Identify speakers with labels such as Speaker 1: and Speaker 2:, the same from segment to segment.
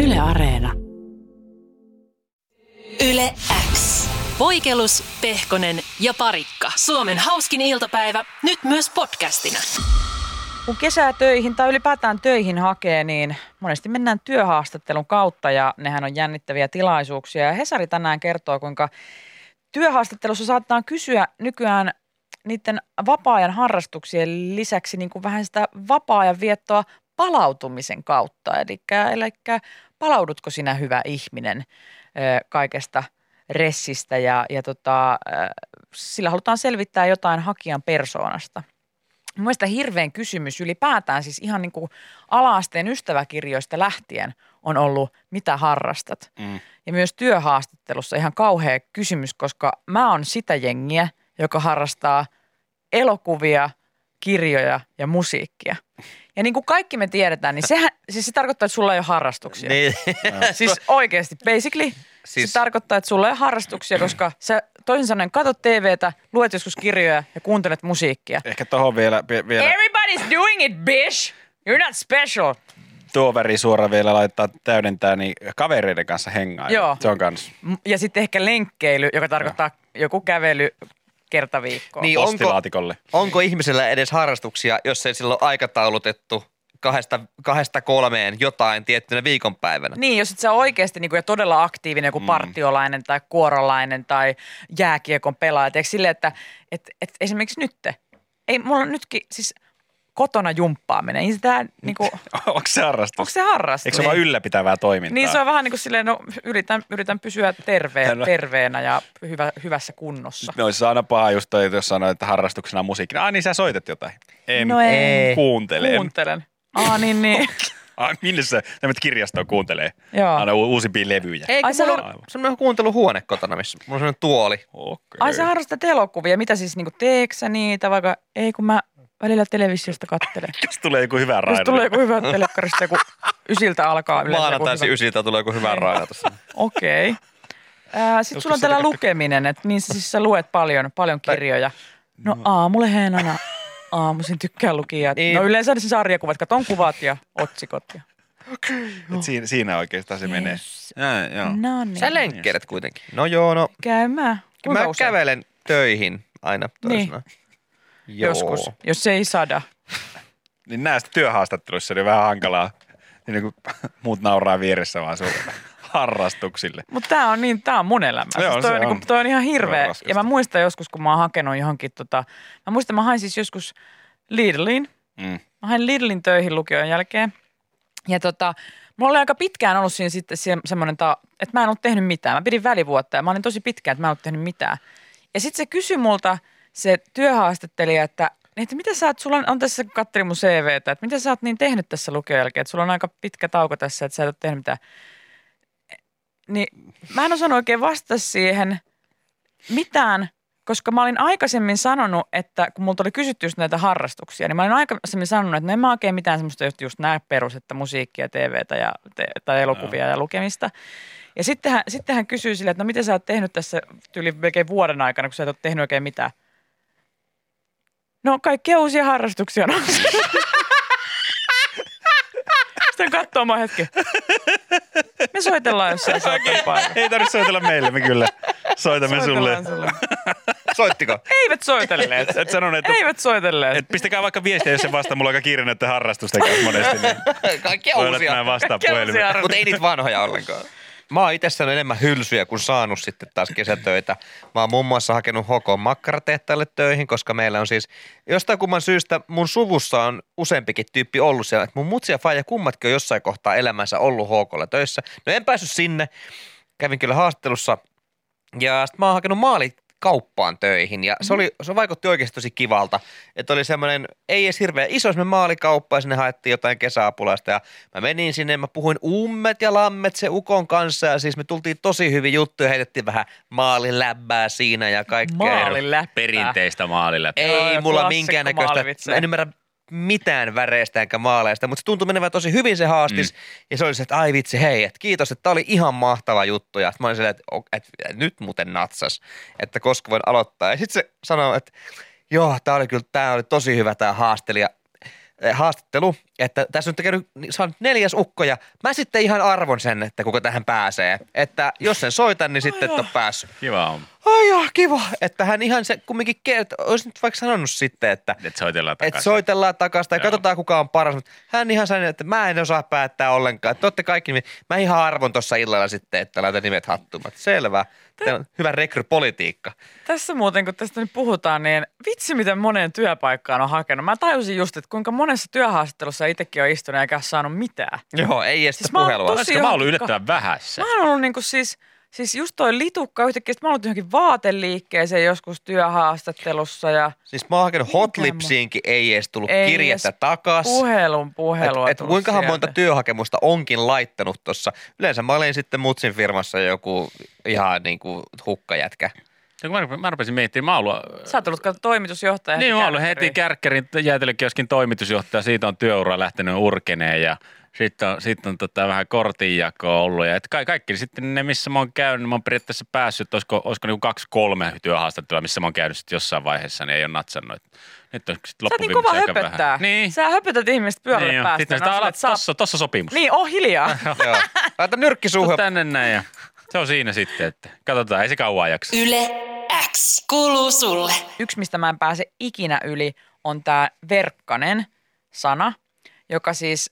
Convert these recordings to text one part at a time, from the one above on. Speaker 1: Yle Areena.
Speaker 2: Yle X.
Speaker 1: Voikelus, Pehkonen ja Parikka. Suomen hauskin iltapäivä, nyt myös podcastina.
Speaker 3: Kun kesää töihin tai ylipäätään töihin hakee, niin monesti mennään työhaastattelun kautta ja nehän on jännittäviä tilaisuuksia. Ja Hesari tänään kertoo, kuinka työhaastattelussa saattaa kysyä nykyään niiden vapaa-ajan harrastuksien lisäksi niin kuin vähän sitä vapaa-ajan viettoa palautumisen kautta. Eli, eli palaudutko sinä hyvä ihminen ö, kaikesta ressistä ja, ja tota, ö, sillä halutaan selvittää jotain hakijan persoonasta. Mielestäni hirveän kysymys ylipäätään, siis ihan niin kuin alaasteen ystäväkirjoista lähtien on ollut, mitä harrastat.
Speaker 4: Mm.
Speaker 3: Ja myös työhaastattelussa ihan kauhea kysymys, koska mä oon sitä jengiä, joka harrastaa elokuvia, kirjoja ja musiikkia. Ja niin kuin kaikki me tiedetään, niin sehän, siis se tarkoittaa, että sulla ei ole harrastuksia.
Speaker 4: Niin.
Speaker 3: Siis oikeasti, basically. Siis...
Speaker 4: Siis-
Speaker 3: Se tarkoittaa, että sulla ei ole harrastuksia, koska sä toisin sanoen katot TVtä, luet joskus kirjoja ja kuuntelet musiikkia.
Speaker 4: Ehkä tohon vielä, vie- vielä
Speaker 3: Everybody's doing it, bitch! You're not special.
Speaker 4: tuo väri suora vielä laittaa täydentää, niin kavereiden kanssa hengaa.
Speaker 3: Joo.
Speaker 4: Se on kans.
Speaker 3: M- Ja sitten ehkä lenkkeily, joka tarkoittaa joku kävely kerta viikkoon.
Speaker 5: Niin,
Speaker 4: Postilaatikolle.
Speaker 5: Onko, onko ihmisellä edes harrastuksia, jos ei sillä ole aikataulutettu kahdesta, kahdesta kolmeen jotain tiettynä viikonpäivänä?
Speaker 3: Niin, jos et sä ole oikeasti niin kuin, ja todella aktiivinen
Speaker 4: Mm.
Speaker 3: joku partiolainen tai kuorolainen tai jääkiekon pelaaja. Eikö silleen, että et, et esimerkiksi nyt, ei mulla nytkin siis kotona jumppaaminen, ei sitä niin kuin,
Speaker 4: Onko se harrastus?
Speaker 3: onko se harrastus?
Speaker 4: Eikö se ole vaan ylläpitävää toimintaa?
Speaker 3: Niin se on vähän niin kuin silleen, no yritän, yritän pysyä terve,
Speaker 4: Selvä.
Speaker 3: terveenä ja hyvä, hyvässä kunnossa.
Speaker 4: No se on aina paha just toi, jos sanoo, että harrastuksena on musiikkina. Ai niin, sä soitat jotain. En.
Speaker 3: No ei.
Speaker 4: Kuuntelen.
Speaker 3: Kuuntelen. Aa, niin, niin.
Speaker 4: Ai, minne se? Tämmöinen kirjastoon kuuntelee.
Speaker 3: Joo.
Speaker 4: Aina u- uusimpia levyjä.
Speaker 5: Ei,
Speaker 3: Ai
Speaker 5: kun
Speaker 3: sä
Speaker 5: mulla
Speaker 3: har-
Speaker 5: on semmoinen kuunteluhuone kotona, missä mulla on semmoinen tuoli.
Speaker 4: Okay.
Speaker 3: Ai sä harrastat elokuvia, mitä siis niinku teeksä niitä, vaikka ei kun mä välillä televisiosta kattelen.
Speaker 4: Jos tulee joku hyvä
Speaker 3: Jos
Speaker 4: raidari.
Speaker 3: tulee joku hyvä telekkarista, joku ysiltä alkaa yleensä. joku
Speaker 5: Maanantaisin
Speaker 3: hyvä-
Speaker 5: ysiltä tulee joku hyvä
Speaker 3: Niin.
Speaker 5: raja tuossa.
Speaker 3: Okei. Okay. Sitten sulla on tällä lukeminen, että niin sä siis sä luet paljon, paljon kirjoja. No aamuleheen aina aamuisin tykkään lukia.
Speaker 5: Niin.
Speaker 3: No yleensä ne sarjakuvat, katon kuvat ja otsikot. Ja.
Speaker 4: Et siinä, siinä oikeastaan se menee. Ja, joo.
Speaker 3: No niin.
Speaker 5: Sä lenkkeilet kuitenkin. No joo, no.
Speaker 3: Käyn mä. Kuinka
Speaker 5: mä
Speaker 3: usein?
Speaker 5: kävelen töihin aina toisena. Niin.
Speaker 3: Joskus, jos ei sada.
Speaker 4: Niin näistä työhaastatteluissa oli vähän hankalaa. Niin kuin muut nauraa vieressä vaan sun harrastuksille.
Speaker 3: Mutta tämä on niin, tämä on mun elämä.
Speaker 4: Joo,
Speaker 3: siis toi,
Speaker 4: se
Speaker 3: on. Niin,
Speaker 4: on.
Speaker 3: toi on ihan
Speaker 4: Se
Speaker 3: hirveä.
Speaker 4: on
Speaker 3: On
Speaker 4: raskasta.
Speaker 3: ja mä muistan joskus, kun mä oon hakenut johonkin tota, mä muistan, mä hain siis joskus Lidliin.
Speaker 4: Mm.
Speaker 3: Mä hain Lidlin töihin lukion jälkeen. Ja tota, mulla oli aika pitkään ollut siinä sitten se- semmoinen, ta- että mä en ollut tehnyt mitään. Mä pidin välivuotta ja mä olin tosi pitkään, että mä en ollut tehnyt mitään. Ja sitten se kysyi multa se työhaastattelija, että, että mitä sä oot, sulla on, on tässä, kun katselin mun CVtä, että mitä sä oot niin tehnyt tässä lukion jälkeen, että sulla on aika pitkä tauko tässä, että sä et ole tehnyt mitään. Niin mä en osannut oikein vastata siihen mitään, koska mä olin aikaisemmin sanonut, että kun multa oli kysytty just näitä harrastuksia, niin mä olin aikaisemmin sanonut, että no en mä oikein mitään semmoista just, just nää perus, että musiikkia, TVtä ja, te, tai elokuvia ja lukemista. Ja sitten hän, sitten hän kysyy sille, että no mitä sä oot tehnyt tässä yli melkein vuoden aikana, kun sä et ole tehnyt oikein mitään. No kaikkia uusia harrastuksia on Sitten katsoo mua hetki. Me soitellaan jossain saattaa paikalla.
Speaker 4: Ei tarvitse soitella meille, me kyllä soitamme sulle.
Speaker 3: Soitellaan sulle.
Speaker 5: Soittiko?
Speaker 3: Eivät soitelleet.
Speaker 4: Et sanonut, että
Speaker 3: Eivät soitelleet.
Speaker 4: et pistäkää vaikka viestiä, jos se vastaa. Mulla on aika kiire näiden harrastusten kanssa monesti. Niin
Speaker 5: Kaikkia
Speaker 4: voi olla, että
Speaker 5: uusia.
Speaker 4: mä en vastaa
Speaker 3: Kaikki on
Speaker 4: puhelimeen.
Speaker 3: siellä.
Speaker 5: Mutta ei niitä vanhoja ollenkaan. Mä oon itse saanut enemmän hylsyjä kuin saanut sitten taas kesätöitä. Mä oon muun muassa hakenut Hokon makkaratehtaalle töihin, koska meillä on siis jostain kumman syystä mun suvussa on useampikin tyyppi ollut siellä. Et mun mutsi ja faija kummatkin on jossain kohtaa elämänsä ollut Hokolla töissä. No en päässyt sinne. Kävin kyllä haastattelussa ja sit mä oon hakenut maalit kauppaan töihin ja se, oli, se vaikutti oikeasti tosi kivalta. Että oli semmoinen, ei edes hirveän iso semmoinen maalikauppa ja sinne haettiin jotain kesäapulaista ja mä menin sinne ja mä puhuin ummet ja lammet se ukon kanssa ja siis me tultiin tosi hyvin juttuja, heitettiin vähän maaliläbbää siinä ja kaikkea.
Speaker 3: Maaliläppää.
Speaker 4: Perinteistä maalilla.
Speaker 3: Joo,
Speaker 5: Ei
Speaker 3: ja
Speaker 5: mulla
Speaker 3: klassikko
Speaker 5: minkäännäköistä,
Speaker 3: maalivitsejä.
Speaker 5: mä en ymmärrä mitään väreistä enkä maaleista, mutta se tuntui menevän tosi hyvin se haastis. Mm. Ja se oli se, että ai vitsi, hei, että kiitos, että tämä oli ihan mahtava juttu. Ja sit mä olin silleen, että, ok, että nyt muuten natsas, että koska voin aloittaa. Ja sitten se sanoi, että joo, tämä oli kyllä, tämä oli tosi hyvä tämä haastelija, eh, haastattelu, Että tässä nyt on käynyt, sä oot neljäs ukko ja mä sitten ihan arvon sen, että kuka tähän pääsee. Että jos sen soitan, niin sitten et ole päässyt.
Speaker 4: Kiva on.
Speaker 5: Ai joo, kiva. Että hän ihan se kumminkin kertoo, olisi nyt vaikka sanonut sitten, että
Speaker 4: Että soitellaan
Speaker 5: et
Speaker 4: takaisin.
Speaker 5: soitellaan takaisin tai
Speaker 4: Joo.
Speaker 5: katsotaan kuka on paras. Mutta hän ihan sanoi, että mä en osaa päättää ollenkaan. Että olette kaikki nimet. Mä ihan arvon tuossa illalla sitten, että laitan nimet hattuun. Mä, Selvä. Teillä on hyvä rekrypolitiikka.
Speaker 3: Tässä muuten, kun tästä nyt puhutaan, niin vitsi miten moneen työpaikkaan on hakenut. Mä tajusin just, että kuinka monessa työhaastattelussa itsekin on istunut eikä ole saanut mitään.
Speaker 5: Joo, ei edes
Speaker 3: Siis
Speaker 5: siis
Speaker 3: mä oon
Speaker 5: puhelua.
Speaker 3: tosi-
Speaker 4: Olisiko mä ollut
Speaker 3: Sijoitukka-
Speaker 4: yllättävän vähässä?
Speaker 3: Mä oon ollut niinku siis, siis just toi litukka yhtäkkiä, sit mä oon ollut johonkin vaateliikkeeseen joskus työhaastattelussa ja
Speaker 5: Siis mä oon hakenut Hot
Speaker 3: Mikä mä-
Speaker 5: Lipsiinkin, ei edes tullut
Speaker 3: Ei
Speaker 5: ei kirjettä
Speaker 3: edes
Speaker 5: takaisin.
Speaker 3: puhelun puhelua
Speaker 5: Et, et
Speaker 3: tullut
Speaker 5: kuinkahan
Speaker 3: sieltä.
Speaker 5: monta työhakemusta onkin laittanut tuossa. Yleensä mä olin sitten Mutsin firmassa joku ihan niin kuin hukkajätkä.
Speaker 4: Ja kun mä, rupesin- mä rupesin miettimään, mä oon ollut
Speaker 3: Sä oot ollut kato toimitusjohtaja.
Speaker 4: Niin,
Speaker 3: heti
Speaker 4: mä ollut heti
Speaker 3: kärkkäriin.
Speaker 4: Kärkkärin jäätelökioskin toimitusjohtaja, siitä on työura lähtenyt urkeneen ja sitten on, sit on tota vähän kortinjakoa ollut. Ja et ka- kaikki sitten ne, missä mä oon käynyt, mä oon periaatteessa päässyt, että olisiko, olisiko niinku kaksi kolme työhaastattelua, missä mä oon käynyt sitten jossain vaiheessa, niin ei ole natsannut. Et Nyt on sitten
Speaker 3: Sä oot niin kova
Speaker 4: loppuviimeksi aika
Speaker 3: höpöttää.
Speaker 4: vähän. Niin,
Speaker 3: Sä höpötät ihmiset pyörälle
Speaker 4: niin
Speaker 3: niin
Speaker 4: jo.
Speaker 3: päästä.
Speaker 4: Sitten
Speaker 3: No,
Speaker 4: sitä
Speaker 3: sä
Speaker 4: alat,
Speaker 3: olet saa-
Speaker 4: tossa, tossa sopimus.
Speaker 3: Niin, on hiljaa.
Speaker 5: Joo. Tota- Laita nyrkki
Speaker 4: Tuu
Speaker 5: suuhun.
Speaker 4: tänne näin ja se on siinä sitten, että katsotaan, ei se kauan jaksa.
Speaker 1: Yle X kuuluu sulle.
Speaker 3: Yksi, mistä mä en pääse ikinä yli, on tämä verkkanen sana, joka siis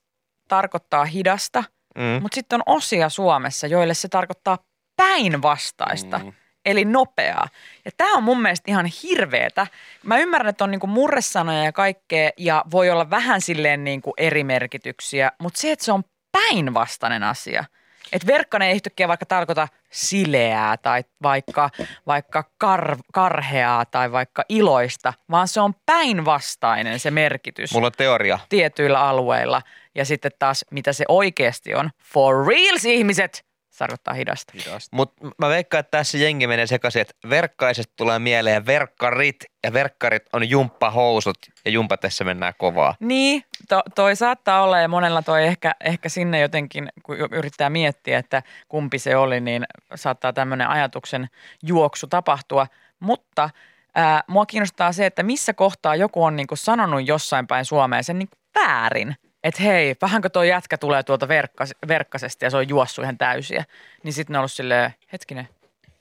Speaker 3: tarkoittaa hidasta,
Speaker 5: Mm.
Speaker 3: mutta sitten on osia Suomessa, joille se tarkoittaa päinvastaista. Mm. Eli nopeaa. Ja tämä on mun mielestä ihan hirveetä. Mä ymmärrän, että on niinku murresanoja ja kaikkea ja voi olla vähän silleen niinku eri merkityksiä, mutta se, että se on päinvastainen asia. Että verkkanen ei yhtäkkiä vaikka tarkoita sileää tai vaikka, vaikka kar, karheaa tai vaikka iloista, vaan se on päinvastainen se merkitys
Speaker 5: Mulla on teoria.
Speaker 3: tietyillä alueilla. Ja sitten taas, mitä se oikeasti on, for reals ihmiset, se tarkoittaa hidasta.
Speaker 5: Mutta mä veikkaan, että tässä jengi menee sekaisin, että verkkaiset tulee mieleen verkkarit ja verkkarit on jumppahousut ja jumpa tässä mennään kovaa.
Speaker 3: Niin, to, toi saattaa olla ja monella toi ehkä, ehkä sinne jotenkin, kun y- yrittää miettiä, että kumpi se oli, niin saattaa tämmöinen ajatuksen juoksu tapahtua. Mutta ää, mua kiinnostaa se, että missä kohtaa joku on niinku sanonut jossain päin Suomea sen niinku väärin. Että hei, vähänkö toi jätkä tulee tuolta verkkas, verkkasesta ja se on juossut ihan täysiä. Niin sitten ne on ollut silleen, hetkinen,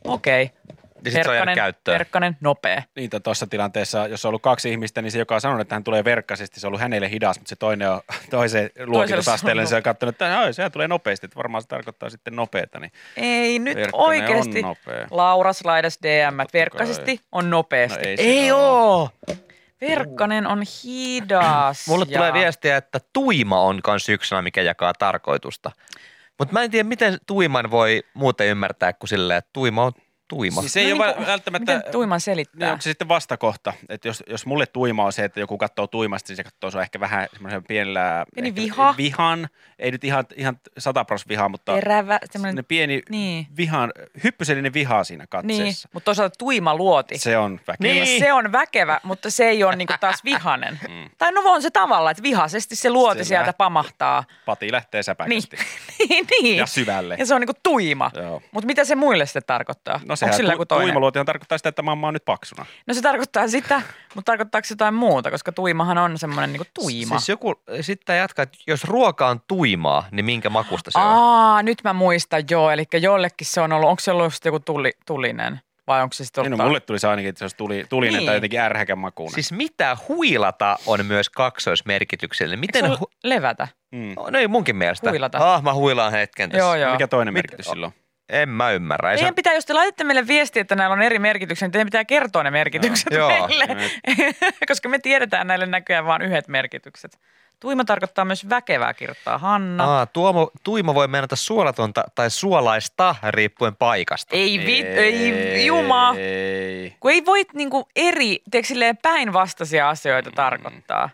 Speaker 3: okei.
Speaker 5: Ja Niin sit se on jäänyt käyttöön.
Speaker 3: Verkkanen, nopea.
Speaker 2: Niitä tuossa Niin, tilanteessa, jos on ollut kaksi ihmistä, niin se, joka on sanonut, että hän tulee verkkaisesti, se on ollut hänelle hidas, mutta se toinen on toiseen luokitusasteelle, niin se on katsonut, että oi, sehän tulee nopeasti, että varmaan se tarkoittaa sitten nopeata. Niin
Speaker 3: Ei nyt
Speaker 2: Verkkonen on
Speaker 3: oikeasti.
Speaker 2: nopea.
Speaker 3: Lauras laidas DM, että
Speaker 2: kai.
Speaker 3: verkkaisesti on nopeasti.
Speaker 2: No
Speaker 3: ei.
Speaker 2: ei.
Speaker 5: Ei
Speaker 2: siinä
Speaker 5: oo.
Speaker 3: Verkkanen on hidas.
Speaker 5: Mulle
Speaker 3: ja-
Speaker 5: tulee viestiä, että tuima on kans yksi sana, mikä jakaa tarkoitusta. Mutta mä en tiedä, miten tuiman voi muuten ymmärtää kuin silleen, että tuima on tuima.
Speaker 2: Siis
Speaker 3: No
Speaker 2: ei ole
Speaker 3: niinku,
Speaker 2: välttämättä...
Speaker 3: Miten tuiman
Speaker 2: Niin,
Speaker 3: selittää?
Speaker 2: onko se sitten vastakohta, että jos, jos mulle tuima on se, että joku katsoo tuimasti, niin se katsoo sua ehkä vähän semmoisen pienellä
Speaker 3: Pieni
Speaker 2: ehkä
Speaker 3: viha.
Speaker 2: vihan, ei nyt ihan, ihan satapros vihaa, mutta
Speaker 3: Terävä,
Speaker 2: semmoinen
Speaker 3: semmoinen...
Speaker 2: pieni
Speaker 3: Niin.
Speaker 2: vihan, hyppysellinen viha siinä
Speaker 3: Niin,
Speaker 2: katseessa.
Speaker 3: mutta toisaalta tuima luoti.
Speaker 2: Se on väkevä.
Speaker 3: Niin. Se on väkevä, mutta se ei ole niinku taas vihanen. Tai no on se tavalla, että vihaisesti se luoti
Speaker 2: Mm. Se
Speaker 3: sieltä
Speaker 2: lähtee.
Speaker 3: pamahtaa.
Speaker 2: Pati lähtee
Speaker 3: Niin.
Speaker 2: säpäkästi.
Speaker 3: niin, niin.
Speaker 2: Ja syvälle.
Speaker 3: Ja se on niinku tuima.
Speaker 2: Joo.
Speaker 3: Mutta mitä se muille sitten tarkoittaa?
Speaker 2: No
Speaker 3: Onko
Speaker 2: sehän
Speaker 3: sillä
Speaker 2: tu-
Speaker 3: joku toinen?
Speaker 2: tuimaluotihan tarkoittaa sitä, että mamma on nyt paksuna.
Speaker 3: No se tarkoittaa sitä, mutta tarkoittaako se jotain muuta, koska tuimahan on semmoinen niinku tuima.
Speaker 5: Siis joku, sitten jatkaa, että jos ruoka on tuimaa, niin minkä makusta se on?
Speaker 3: Aa, nyt mä muistan joo, eli jollekin se on ollut, onko se ollut just joku tuli, tulinen vai onko se sitten
Speaker 2: Ei,
Speaker 3: ollut
Speaker 2: no,
Speaker 3: tar-
Speaker 2: mulle tuli se ainakin, että se olisi tuli, tulinen
Speaker 3: Niin.
Speaker 2: tai jotenkin ärhäkän makuun.
Speaker 5: Siis mitä huilata on myös kaksoismerkityksellinen.
Speaker 3: Eikö se
Speaker 5: Miten
Speaker 3: ollut levätä?
Speaker 2: mm.
Speaker 5: hu- No ei munkin mielestä.
Speaker 3: Huilata.
Speaker 5: Ah, mä huilaan hetken tässä.
Speaker 3: Joo, joo.
Speaker 2: Mikä toinen
Speaker 5: Mit-
Speaker 2: merkitys silloin?
Speaker 5: En mä ymmärrä. Ei se-
Speaker 3: Teidän pitää, jos te laitatte meille viestiä, että näillä on eri merkityksiä, niin teidän pitää kertoa ne merkitykset
Speaker 5: Joo.
Speaker 3: meille,
Speaker 2: Nyt.
Speaker 3: koska me tiedetään näille näköjään vain yhdet merkitykset. Tuima tarkoittaa myös väkevää kirjoittaa Hanna.
Speaker 5: Aa, tuomo, tuima voi mennä suolatonta tai suolaista riippuen paikasta.
Speaker 3: Ei vit, ei, juma.
Speaker 2: Ei.
Speaker 3: Kun ei voi niinku eri, tiedätkö, silleen päinvastaisia asioita
Speaker 5: Mm.
Speaker 3: tarkoittaa.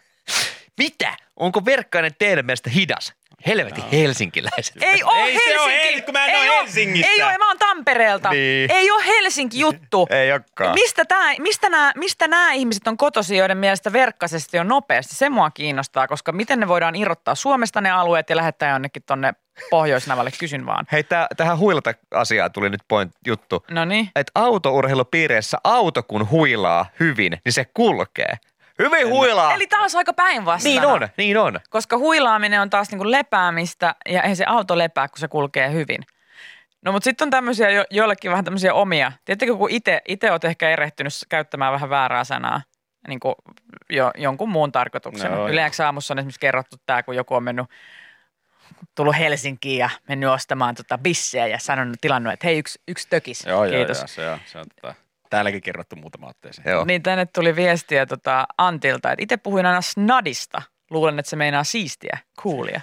Speaker 5: Mitä? Onko verkkainen teidän mielestä hidas? Helvetin helsinkiläiset.
Speaker 3: Ei oo
Speaker 2: Ei se oo
Speaker 3: Helsinki.
Speaker 2: Hel- kun mä en oo
Speaker 3: oo-
Speaker 2: Helsingistä.
Speaker 3: Ei oo, mä oon Tampereelta.
Speaker 5: Niin.
Speaker 3: Ei oo Helsinki juttu.
Speaker 5: Ei olekaan.
Speaker 3: Mistä, tää, mistä, nämä, mistä nämä ihmiset on kotosi, joiden mielestä verkkaisesti on nopeasti? Se mua kiinnostaa, koska miten ne voidaan irrottaa Suomesta ne alueet ja lähettää jonnekin tonne pohjois kysyn vaan.
Speaker 5: Hei, tää, tähän huilata asiaan tuli nyt point juttu.
Speaker 3: No niin.
Speaker 5: Että autourheilupiireissä auto kun huilaa hyvin, niin se kulkee. Hyvin huilaa.
Speaker 3: Eli taas aika päinvastainen.
Speaker 5: Niin on, niin on.
Speaker 3: Koska huilaaminen on taas niin kuin lepäämistä ja ei se auto lepää, kun se kulkee hyvin. No mutta sitten on tämmöisiä jo, joillekin vähän tämmöisiä omia. Tiedättekö, kun itse oot ehkä erehtynyt käyttämään vähän väärää sanaa niin kuin jo, jonkun muun tarkoituksena.
Speaker 2: No,
Speaker 3: No,
Speaker 2: joo.
Speaker 3: Yleensä aamussa on esimerkiksi kerrottu tämä, kun joku on mennyt tullut Helsinkiin ja mennyt ostamaan tota bissejä ja sanonut, tilannut, että hei yksi, yksi tökis,
Speaker 2: Joo, joo,
Speaker 3: kiitos.
Speaker 2: joo, se on, se on tota, täälläkin kerrottu muutama otteeseen.
Speaker 5: Joo.
Speaker 3: Niin tänne tuli viestiä tota Antilta, että itse puhuin aina snadista. Luulen, että se meinaa siistiä, coolia.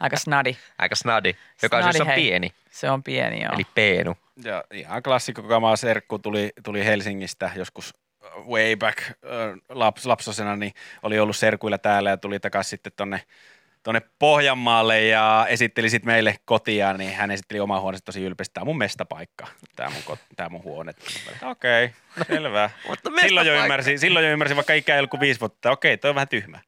Speaker 3: Aika snadi.
Speaker 5: Aika snadi, joka
Speaker 3: Snadi,
Speaker 5: siis on
Speaker 3: hei.
Speaker 5: pieni,
Speaker 3: Se on pieni, joo.
Speaker 5: eli peenu.
Speaker 2: Ja ihan klassikko kamaa serkku tuli, tuli Helsingistä joskus äh, way back äh, laps, lapsosena, niin oli ollut serkuilla täällä ja tuli takaisin sitten tonne, tonne Pohjanmaalle ja esitteli sitten meille kotia, niin hän esitteli omaa huoneensa tosi ylpeästi. Tämä on mun mestapaikka, tämä mun, kot- tää mun huone. Mä olin, Okei, okay, selvä.
Speaker 3: no
Speaker 5: Mutta
Speaker 2: silloin, jo
Speaker 5: mestapaikka.
Speaker 2: ymmärsin, silloin jo ymmärsin, vaikka ikää ei ollut kuin viisi vuotta, että okei, toi on vähän tyhmä.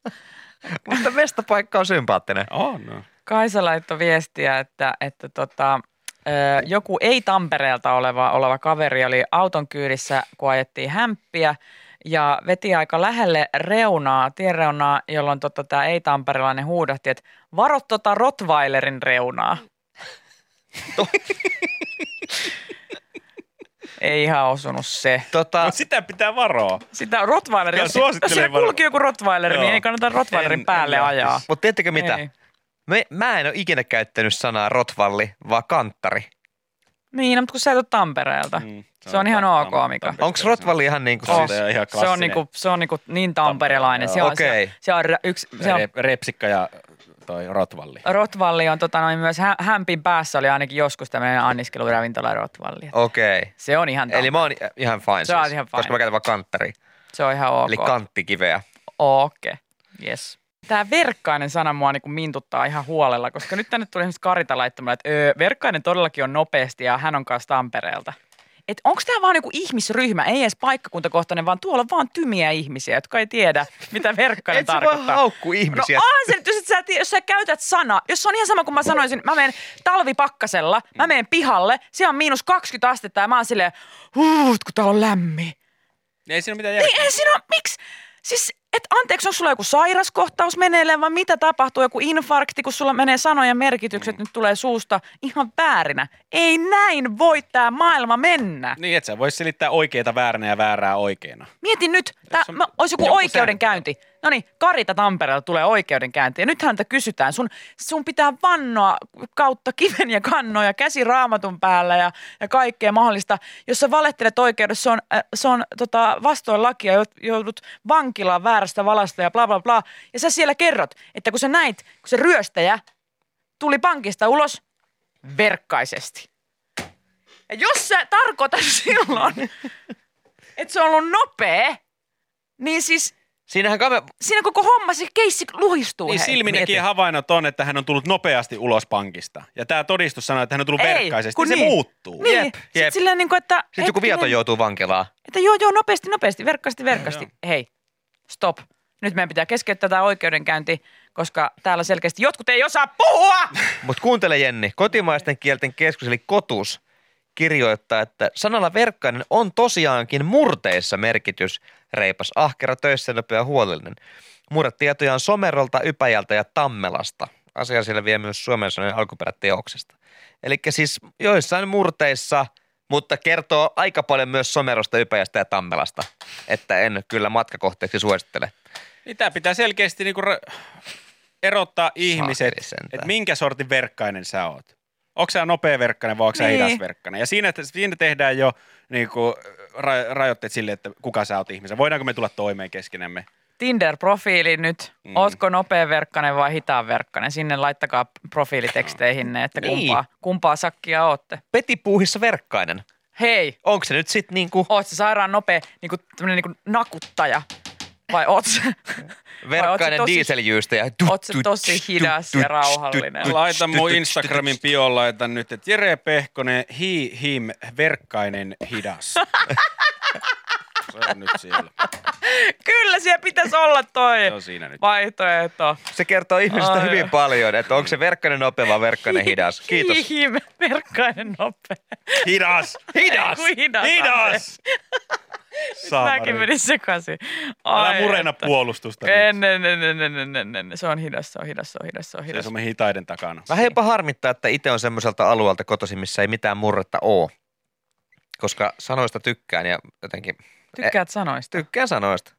Speaker 5: Mutta mestapaikka on sympaattinen.
Speaker 2: On, no.
Speaker 3: Kaisa laittoi viestiä, että, että tota, ö, joku ei Tampereelta oleva, oleva kaveri oli auton kyydissä, kun ajettiin hämppiä ja veti aika lähelle reunaa, tienreunaa, jolloin tota, tämä ei-tamperelainen huudahti, että varo tota Rottweilerin reunaa. ei ihan osunut se.
Speaker 5: Tota,
Speaker 2: Mut sitä pitää varoa.
Speaker 3: Sitä Rottweilerin,
Speaker 2: Kyllä
Speaker 3: jos
Speaker 2: suosittelen
Speaker 3: siellä
Speaker 2: varmaan.
Speaker 3: kulki joku Rottweileri,
Speaker 2: Joo.
Speaker 3: niin ei kannata Rottweilerin
Speaker 2: En-
Speaker 3: päälle
Speaker 2: en
Speaker 3: ajaa. Niin.
Speaker 2: lähtisi.
Speaker 5: mutta tiedättekö mitä?
Speaker 3: Ei.
Speaker 5: Me, mä en ole ikinä käyttänyt sanaa rotvalli, vaan kanttari.
Speaker 3: Niin, no, mutta kun sä et ole Tampereelta.
Speaker 2: Mm,
Speaker 3: Se on ihan ok,
Speaker 2: tam-
Speaker 3: Mika.
Speaker 2: tam-
Speaker 5: Onko rotvalli ihan niin kuin
Speaker 2: Oh,
Speaker 5: siis...
Speaker 2: se on ihan
Speaker 3: Se on,
Speaker 2: klassinen.
Speaker 3: niinku, se on niinku niin tamperelainen. Se on,
Speaker 5: Okei.
Speaker 3: se, se on ra- yksi, se on,
Speaker 2: Re- Repsikka ja toi Rotvalli.
Speaker 3: Rotvalli on tota noin myös, hä- Hämpin päässä oli ainakin joskus tämmöinen anniskeluravintola Rotvalli.
Speaker 5: Okei. Okay.
Speaker 3: Se on ihan,
Speaker 5: Eli
Speaker 3: Eli
Speaker 5: mä oon ihan fine
Speaker 3: Sä oot
Speaker 5: siis,
Speaker 3: ihan fine.
Speaker 5: koska mä käytän vaan kanttari.
Speaker 3: se on ihan ok.
Speaker 5: Eli kanttikiveä.
Speaker 3: Okei, yes. Tämä verkkainen sana mua niin mintuttaa ihan huolella, koska nyt tänne tuli esimerkiksi Karita laittamaan, että öö, verkkainen todellakin on nopeasti ja hän on kanssa Tampereelta. Et onko tämä vaan niinku ihmisryhmä, ei edes paikkakuntakohtainen, vaan tuolla on vaan tymiä ihmisiä, jotka ei tiedä, mitä verkkainen
Speaker 5: Et sä voi
Speaker 3: tarkoittaa.
Speaker 5: haukku ihmisiä.
Speaker 3: No onhan se nyt, jos, et sä, tie- jos sä käytät sanaa. Jos se on ihan sama kuin mä sanoisin, mä menen talvipakkasella, mä menen pihalle, siellä on miinus 20 astetta ja mä oon silleen, huut, kun täällä on lämmin.
Speaker 2: Ei siinä ole mitään
Speaker 3: Niin ei siinä ole, miksi? Siis, et anteeksi, onko sulla joku sairaskohtaus meneillään vai mitä tapahtuu, joku infarkti, kun sulla menee sanojen merkitykset, nyt tulee suusta ihan väärinä. Ei näin voi tämä maailma mennä.
Speaker 2: Niin, et sä voi selittää oikeita vääränä ja väärää oikeina.
Speaker 3: Mieti nyt, tää,
Speaker 2: Jos on
Speaker 3: mä, olisi joku,
Speaker 2: joku
Speaker 3: oikeudenkäynti. No niin, Karita Tampereella tulee oikeudenkäynti ja nyt häntä kysytään. Sun, sun pitää vannoa kautta kiven ja kannon ja käsi raamatun päällä ja, ja kaikkea mahdollista. Jos sä valehtelet oikeudessa, se on, äh, se on tota, vastoin lakia, jout- joudut vankilaan väärästä valasta ja bla bla bla. Ja sä siellä kerrot, että kun sä näit, kun se ryöstäjä tuli pankista ulos verkkaisesti. Ja jos sä tarkoitat silloin, että se on ollut nopea, niin siis
Speaker 5: Siinähän kame...
Speaker 3: siinä koko homma se keissi luhistuu.
Speaker 2: Niin
Speaker 3: hei.
Speaker 2: silminäkijän havainnot on, että hän on tullut nopeasti ulos pankista. Ja tämä todistus sanoo, että hän on tullut
Speaker 3: Ei,
Speaker 2: verkkaisesti.
Speaker 3: kun
Speaker 2: se
Speaker 3: niin.
Speaker 2: muuttuu.
Speaker 3: Niin,
Speaker 5: Jep,
Speaker 3: jep, jep.
Speaker 5: jep.
Speaker 3: Sit silleen niin kuin, että...
Speaker 5: Sitten joku
Speaker 3: hetkinen,
Speaker 5: vieto joutuu vankilaan.
Speaker 3: Että joo, joo, nopeasti, nopeasti, verkkaasti, verkkaasti. Hei, stop. Nyt meidän pitää keskeyttää tämä oikeudenkäynti, koska täällä selkeästi jotkut ei osaa puhua.
Speaker 5: Mutta kuuntele Jenni, kotimaisten kielten keskus eli KOTUS kirjoittaa, että sanalla verkkainen on tosiaankin murteissa merkitys, reipas ahkera, töissä nopea huolellinen. Murretietoja on Somerolta, Ypäjältä ja Tammelasta. Asia siellä vie myös suomen sanojen alkuperäteoksesta. Eli siis joissain murteissa, mutta kertoo aika paljon myös Somerosta, Ypäjästä ja Tammelasta, että en kyllä matkakohteeksi suosittele.
Speaker 2: Niin tämä pitää selkeästi niinku ra- erottaa ihmiset,
Speaker 5: Saakeli sentään.
Speaker 2: että minkä sortin verkkainen sä oot. Onko sä nopea verkkainen vai onko sä
Speaker 3: Niin.
Speaker 2: hidas verkkainen? Ja siinä, siinä tehdään jo niinku, ra- rajoitteet sille, että kuka sä oot ihmisen. Voidaanko me tulla toimeen keskenämme?
Speaker 3: Tinder-profiili nyt.
Speaker 2: Mm.
Speaker 3: Mm. Ootko nopea verkkanen vai hitaan verkkanen? Sinne laittakaa profiiliteksteihinne, että
Speaker 5: Niin.
Speaker 3: kumpaa, kumpaa sakkia ootte.
Speaker 5: Peti Puuhissa verkkainen.
Speaker 3: Hei,
Speaker 5: Onko se nyt sitten niinku
Speaker 3: oot sä sairaan nopea niinku, tämmönen niinku nakuttaja? Vai oot sä,
Speaker 5: verkkainen
Speaker 3: tosi-
Speaker 5: dieseljyystäjä.
Speaker 3: oot sä tosi hidas ja rauhallinen?
Speaker 2: Laitan mun Instagramin bioon laitan nyt, että Jere Pehkonen, hi, him, verkkainen, hidas. Se on nyt siellä.
Speaker 3: Kyllä siellä pitäisi olla toi
Speaker 2: Se on siinä nyt.
Speaker 3: vaihtoehto.
Speaker 5: Se kertoo ihmisistä
Speaker 3: Ai.
Speaker 5: hyvin paljon, että onko se verkkainen nopea vai verkkainen hidas. Kiitos.
Speaker 3: Hiihim, verkkainen nopea.
Speaker 2: Hidas!
Speaker 3: Ei, kun hidas.
Speaker 2: Hidas!
Speaker 3: Mäkin
Speaker 2: Saamari.
Speaker 3: menin sekaisin.
Speaker 2: Älä
Speaker 3: Ai
Speaker 2: murena
Speaker 3: että.
Speaker 2: puolustusta. nyt.
Speaker 3: En, en, en, en, en, en, en, en. Se on hidas, se on hidas, se on hidas, se on
Speaker 2: Se on
Speaker 3: hidas.
Speaker 2: Suomen hitaiden takana.
Speaker 5: Vähän jopa harmittaa, että itse on semmoiselta alueelta kotoisin, missä ei mitään murretta oo. Koska sanoista tykkään ja jotenkin Eh,
Speaker 3: Tykkäät sanoista.
Speaker 5: tykkään sanoista.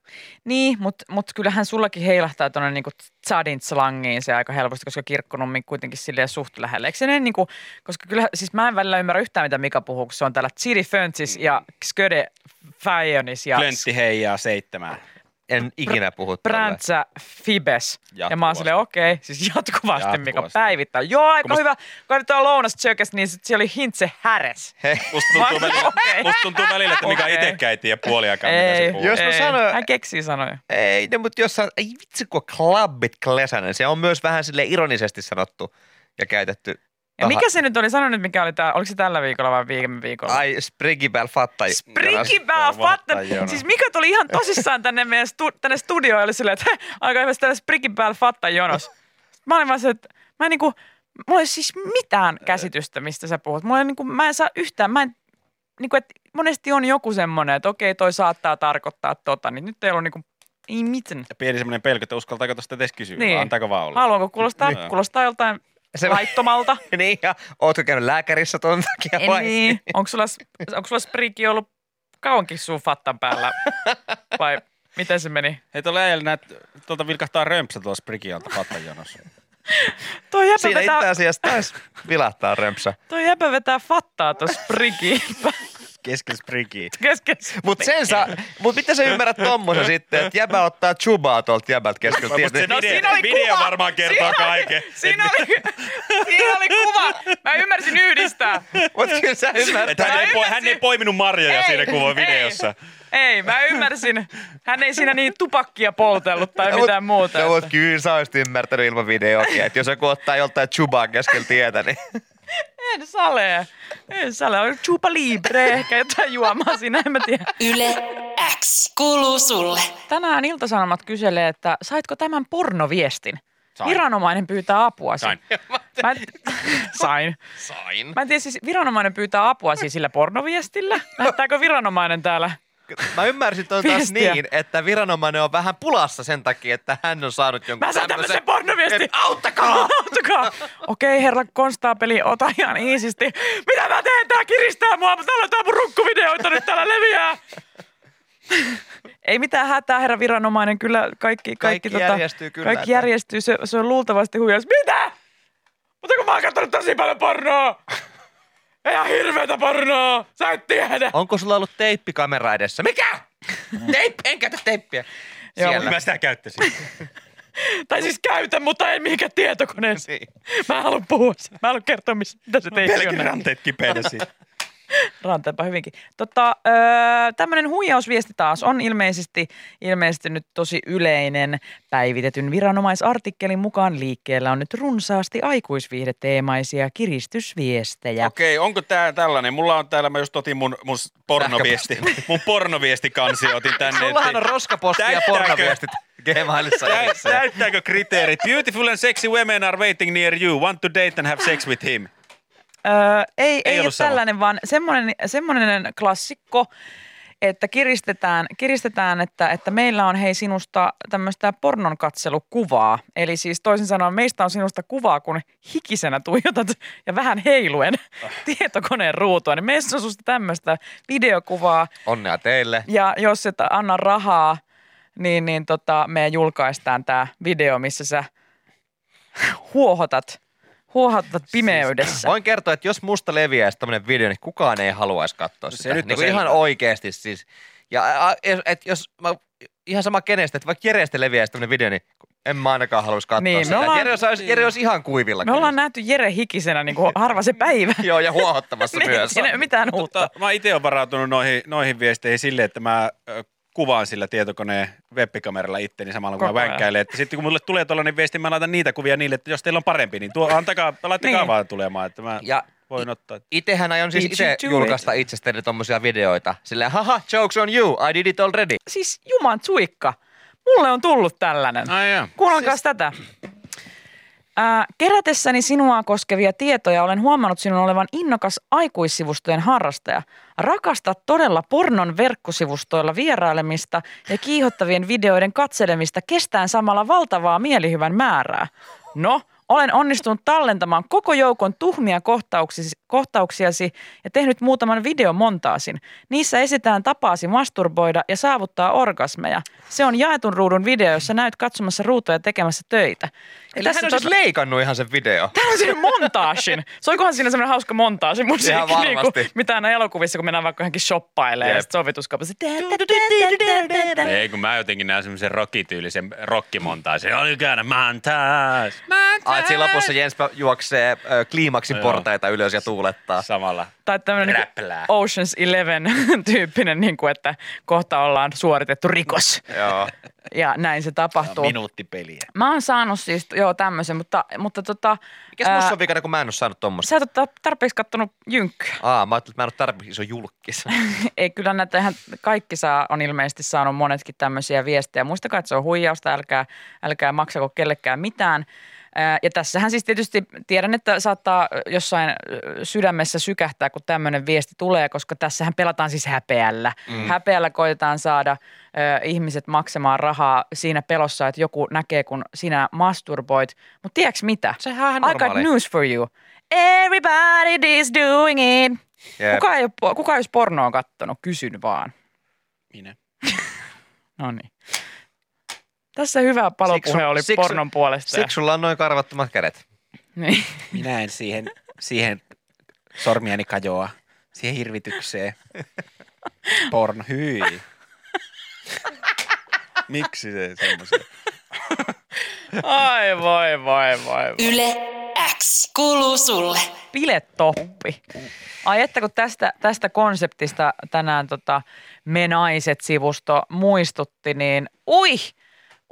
Speaker 3: Niin, mutta mut kyllähän sullakin heilahtaa tuonne niinku tsadin slangiin se aika helposti, koska kirkkonummi kuitenkin silleen suht lähellä. Eikö se ne niinku, koska kyllä, siis mä en välillä ymmärrä yhtään mitä Mika puhuu, kun se on täällä tsidi föntsis ja sköde fäionis ja
Speaker 2: Klöntti heijaa seitsemään.
Speaker 5: En ikinä puhu tällä.
Speaker 3: Präntsä Fibes. Ja mä oon
Speaker 2: Jatkuvasti.
Speaker 3: silleen, okei, okay. siis jatkuvasti, Mika
Speaker 2: Jatkuvasti.
Speaker 3: päivittää. Joo, aika
Speaker 2: Kun
Speaker 3: kun
Speaker 2: mä-
Speaker 3: hyvä. Kun nyt on lounas tjökäs, niin sit siellä oli hintse häres.
Speaker 2: Musta tuntuu,
Speaker 3: Vai-
Speaker 2: välillä,
Speaker 3: okei.
Speaker 2: musta tuntuu välillä, että mikä
Speaker 3: Okei.
Speaker 2: itsekään ei tiedä puoliakaan, mitä se
Speaker 3: Ei,
Speaker 2: puhuu.
Speaker 5: Jos mä
Speaker 3: ei.
Speaker 5: sanoin-
Speaker 3: Hän keksii sanoja.
Speaker 5: Ei, no, mutta jos sä, ei vitsi kun klubit klesanen. Se on myös vähän sille ironisesti sanottu ja käytetty.
Speaker 3: Ja
Speaker 5: Aha.
Speaker 3: mikä se nyt oli? Sano nyt, mikä oli tää. Oliko se tällä viikolla vai viime viikolla?
Speaker 5: Ai, Sprigibel fattai.
Speaker 3: Sprigibää
Speaker 2: Joo,
Speaker 3: fatta.
Speaker 2: vattajiona.
Speaker 3: Siis Mika tuli ihan tosissaan tänne meidän stu, tänne studioon ja oli silleen, että "Hä, aika hyvä täällä Sprigibää fatta jonos. Mä olin vaan se, että mä en niinku, mulla ei siis mitään käsitystä, mistä sä puhut. Mulla ei niinku, mä en saa yhtään, mä en, niinku, että monesti on joku semmoinen, että okei toi saattaa tarkoittaa tota, niin nyt ei ollut niinku, ei mitään.
Speaker 2: Ja pieni semmoinen pelko, että uskaltaako tuosta edes kysyä,
Speaker 3: Niin.
Speaker 2: niin. antaako vaan olla.
Speaker 3: Haluanko kuulostaa,
Speaker 2: Joo.
Speaker 3: kuulostaa joltain
Speaker 5: Niin. Se-
Speaker 3: laittomalta?
Speaker 5: niin, ja ootko käynyt lääkärissä ton takia vai?
Speaker 3: Niin. Onko sulla, onko sulla spriki ollut kauankin sun fattan päällä? Vai miten se meni?
Speaker 2: Hei, tuolla äijällä näet, tuolta vilkahtaa römpsä tuolla Sprigialta pattajonossa.
Speaker 3: Toi jäpä,
Speaker 5: Siinä itse
Speaker 3: vetää,
Speaker 5: asiassa taisi vilahtaa römpsä.
Speaker 3: toi jäpä vetää fattaa tuossa sprikiin
Speaker 2: Kesken Sprigiä.
Speaker 3: kesken.
Speaker 5: Mut, sen saa, mut miten sä ymmärrät tommosen sitten, että jäbä ottaa chubaa tuolta jäbältä keskeltä tietä?
Speaker 2: se
Speaker 5: Niin,
Speaker 3: No
Speaker 2: video,
Speaker 3: siinä oli
Speaker 2: video
Speaker 3: kuva.
Speaker 2: varmaan kertoo
Speaker 3: Siinä oli-
Speaker 2: kaiken.
Speaker 3: Siinä oli, siinä oli kuva. Mä ymmärsin yhdistää.
Speaker 5: Mut kyllä sä ymmärrät.
Speaker 2: Että hän, ei,
Speaker 3: Mä
Speaker 2: po-
Speaker 3: ymmärsin.
Speaker 2: hän ei poiminut marjoja
Speaker 3: Ei,
Speaker 2: siinä kuvan
Speaker 3: ei.
Speaker 2: videossa.
Speaker 3: Ei, mä ymmärsin. Hän ei siinä niin tupakkia poltellut tai mitään muuta.
Speaker 5: No, mut
Speaker 3: että-
Speaker 5: kyllä sä olisit ymmärtänyt ilman videokin, että jos joku ottaa joltain chubaa keskellä tietä, niin
Speaker 3: En sale. En sale. On chupa libre ehkä jotain juomaa siinä, en mä tiedä.
Speaker 1: Yle X kuuluu sulle.
Speaker 3: Tänään Iltasanomat kyselee, että saitko tämän pornoviestin?
Speaker 2: Sain.
Speaker 3: Viranomainen pyytää apua.
Speaker 2: Sain.
Speaker 3: Mä en, sain.
Speaker 5: sain.
Speaker 3: Mä en tiedä, siis viranomainen pyytää apua siis sillä pornoviestillä. Lähettääkö viranomainen täällä?
Speaker 5: Mä ymmärsin ton taas
Speaker 3: Viestiä.
Speaker 5: niin, että viranomainen on vähän pulassa sen takia, että hän on saanut jonkun
Speaker 3: Mä saan tämmöisen
Speaker 5: tämmösen-
Speaker 3: pornoviestin.
Speaker 5: Et Auttakaa!
Speaker 3: Auttakaa. Okei, herra konstaapeli, ota ihan iisisti. Mitä mä teen? Tää kiristää mua, mutta täällä on tää mun rukkuvideoita nyt täällä leviää. Ei mitään hätää, herra viranomainen. Kyllä kaikki, kaikki, tota,
Speaker 5: Kaikki järjestyy kyllä,
Speaker 3: Kaikki
Speaker 5: että-
Speaker 3: järjestyy. Se, se on luultavasti huijaus. Mitä? Mutta kun mä oon katsonut tosi paljon pornoa. Ihan hirveetä pornoa. Sä et tiedä.
Speaker 5: Onko sulla ollut teippikamera edessä? Mikä? Teip, en käytä teippiä.
Speaker 3: Joo,
Speaker 5: Siellä.
Speaker 2: Mä sitä käyttäisin.
Speaker 3: Tai siis käytä, mutta en mihinkään tietokoneeseen.
Speaker 5: Niin.
Speaker 3: Mä haluan puhua. siitä. Mä haluan kertoa, missä- mitä se teippi on.
Speaker 2: Pelkin ranteet kipeänä siinä.
Speaker 3: Ranteepa hyvinkin. Tota, öö, tämmöinen huijausviesti taas on ilmeisesti, ilmeisesti nyt tosi yleinen. Päivitetyn viranomaisartikkelin mukaan liikkeellä on nyt runsaasti aikuisviihdeteemaisia kiristysviestejä.
Speaker 2: Okei, onko tää tällainen? Mulla on täällä, mä just otin mun, mun pornoviesti, mun pornoviestikansi otin tänne.
Speaker 5: Sullahan
Speaker 2: että-
Speaker 5: on roskaposti ja
Speaker 2: Täyttääkö-
Speaker 5: pornoviestit Gmailissa.
Speaker 2: Tä-
Speaker 5: edessä.
Speaker 2: Täyttääkö kriteerit? Beautiful and sexy women are waiting near you. Want to date and have sex with him.
Speaker 3: Öö, ei, ei, ei ole
Speaker 2: ollut sama.
Speaker 3: tällainen, vaan semmoinen, semmoinen klassikko, että kiristetään, kiristetään että, että meillä on hei sinusta tämmöistä pornon katselukuvaa. Eli siis toisin sanoen meistä on sinusta kuvaa, kun hikisenä tuijotat ja vähän heiluen tietokoneen ruutua. Niin meistä on susta tämmöistä videokuvaa
Speaker 5: Onnea teille.
Speaker 3: ja jos et anna rahaa, niin, niin tota, me julkaistaan tämä video, missä sä huohotat, huohotat pimeydessä.
Speaker 5: Siis Voin kertoa, että jos musta leviäisi tämmöinen video, niin kukaan ei haluaisi katsoa
Speaker 2: Se
Speaker 5: sitä. Se
Speaker 2: nyt
Speaker 5: nyt
Speaker 2: on
Speaker 5: niin kuin ihan
Speaker 2: selvä.
Speaker 5: oikeasti siis. Ja a- jos- et jos mä, ihan sama kenestä, että vaikka Jerestä leviäisi tämmöinen video, niin en mä ainakaan haluaisi katsoa
Speaker 3: Niin, me
Speaker 5: sitä.
Speaker 3: ollaan-
Speaker 5: Jere, olisi, Jere olisi ihan kuivilla.
Speaker 3: Me
Speaker 5: kyllä.
Speaker 3: ollaan nähty Jere hikisenä niin kuin harva se päivä.
Speaker 5: Joo, ja huohottamassa
Speaker 3: Niin,
Speaker 5: myös.
Speaker 3: Siinä ei ole mitään uutta.
Speaker 2: Mä itse olen varautunut noihin, noihin viesteihin silleen, että mä ö, kuvaan sillä tietokoneen webkameralla itteni samalla kun
Speaker 3: Koko
Speaker 2: mä
Speaker 3: ajan.
Speaker 2: vänkkäilen. Että sitten kun mulle tulee tuollainen viesti, mä laitan niitä kuvia niille, että jos teillä on parempi, niin tuo, antakaa, laittakaa
Speaker 3: Niin.
Speaker 2: niin. vaan tulemaan, että mä
Speaker 5: Ja
Speaker 2: voin ottaa.
Speaker 5: Itehän aion siis
Speaker 3: Did
Speaker 5: itse
Speaker 3: you do
Speaker 5: julkaista itsestäni tommosia videoita. Silleen, haha, jokes on you, I did it already.
Speaker 3: Siis juman suikka. Mulle on tullut tällainen.
Speaker 2: Ai jaa.
Speaker 3: Kuunnelkaas tätä. Ää, kerätessäni sinua koskevia tietoja olen huomannut sinun olevan innokas aikuissivustojen harrastaja. Rakastat todella pornon verkkosivustoilla vierailemista ja kiihottavien videoiden katselemista kestään samalla valtavaa mielihyvän määrää. No, olen onnistunut tallentamaan koko joukon tuhmia kohtauksisi- kohtauksiasi ja tehnyt muutaman videomontaasin. Niissä esitään tapaasi masturboida ja saavuttaa orgasmeja. Se on jaetun ruudun video, jossa näyt katsomassa ruutuja tekemässä töitä. Ja
Speaker 5: Eli hän on siis
Speaker 3: tota-
Speaker 5: leikannut ihan sen video.
Speaker 3: tämmöisen montaasin. Soikohan siinä semmoinen hauska montaasi
Speaker 5: Ihan
Speaker 3: musiikki,
Speaker 5: varmasti.
Speaker 3: niin kuin, mitä aina elokuvissa, kun mennään vaikka johonkin shoppailemaan
Speaker 5: Jep.
Speaker 3: ja sitten sovituskaupassa.
Speaker 4: Ei, kun mä jotenkin näen semmoisen rockityylisen rockimontaisen. Oli käydä, mä oon taas.
Speaker 5: Ai, et siinä lopussa Jens juoksee ö, kliimaksin
Speaker 4: Joo.
Speaker 5: portaita ylös ja tuulettaa.
Speaker 4: Samalla.
Speaker 3: Tai tämmöinen niin
Speaker 4: Räplää.
Speaker 3: Ocean's Eleven tyyppinen, niin kuin, että kohta ollaan suoritettu rikos.
Speaker 5: Joo.
Speaker 3: Ja näin se tapahtuu.
Speaker 2: Minuuttipeliä.
Speaker 3: Mä oon saanut siis, joo tämmöisen, mutta, mutta tota,
Speaker 5: Mikäs musta
Speaker 3: ää,
Speaker 5: on vikana, kun mä en oo saanut tommosta?
Speaker 3: sä et ole ta- tarpeeksi kattonut jynkkyä.
Speaker 5: Aa, mä ajattelin, että mä en oo tarpeeksi iso julkis.
Speaker 3: Ei kyllä näitä ihan kaikki saa, on ilmeisesti saanut monetkin tämmöisiä viestejä. Muistakaa, että se on huijausta, älkää, älkää maksako kellekään mitään. Ää, Ja tässähän siis tietysti tiedän, että saattaa jossain ö, sydämessä sykähtää, kun tämmöinen viesti tulee, koska tässähän pelataan siis häpeällä. Mm. Häpeällä koitetaan saada ö, ihmiset maksamaan rahaa siinä pelossa, että joku näkee, kun sinä masturboit. Mutta tiedätkö mitä?
Speaker 5: Sehän on ihan
Speaker 3: I got
Speaker 5: normaali.
Speaker 3: news for you. Everybody is doing it.
Speaker 5: Jep.
Speaker 3: Kuka ei, oo- kuka ei olisi pornoa kattonut? Kysyn vaan.
Speaker 2: Minä.
Speaker 3: No niin. Tässä hyvä palopuhe
Speaker 5: Siksi-
Speaker 3: oli
Speaker 5: siksi-
Speaker 3: pornon puolesta.
Speaker 5: Siksi sulla on noin karvattomat kädet.
Speaker 3: Niin.
Speaker 2: Minä en siihen, siihen sormiani kajoa. Siihen hirvitykseen. Porn, hyi. Miksi se semmoisen?
Speaker 3: Ai voi, voi, voi. voi.
Speaker 1: Yle X kuuluu sulle.
Speaker 3: Piletoppi. Ai että kun tästä, tästä konseptista tänään tota Me Naiset-sivusto muistutti, niin ui,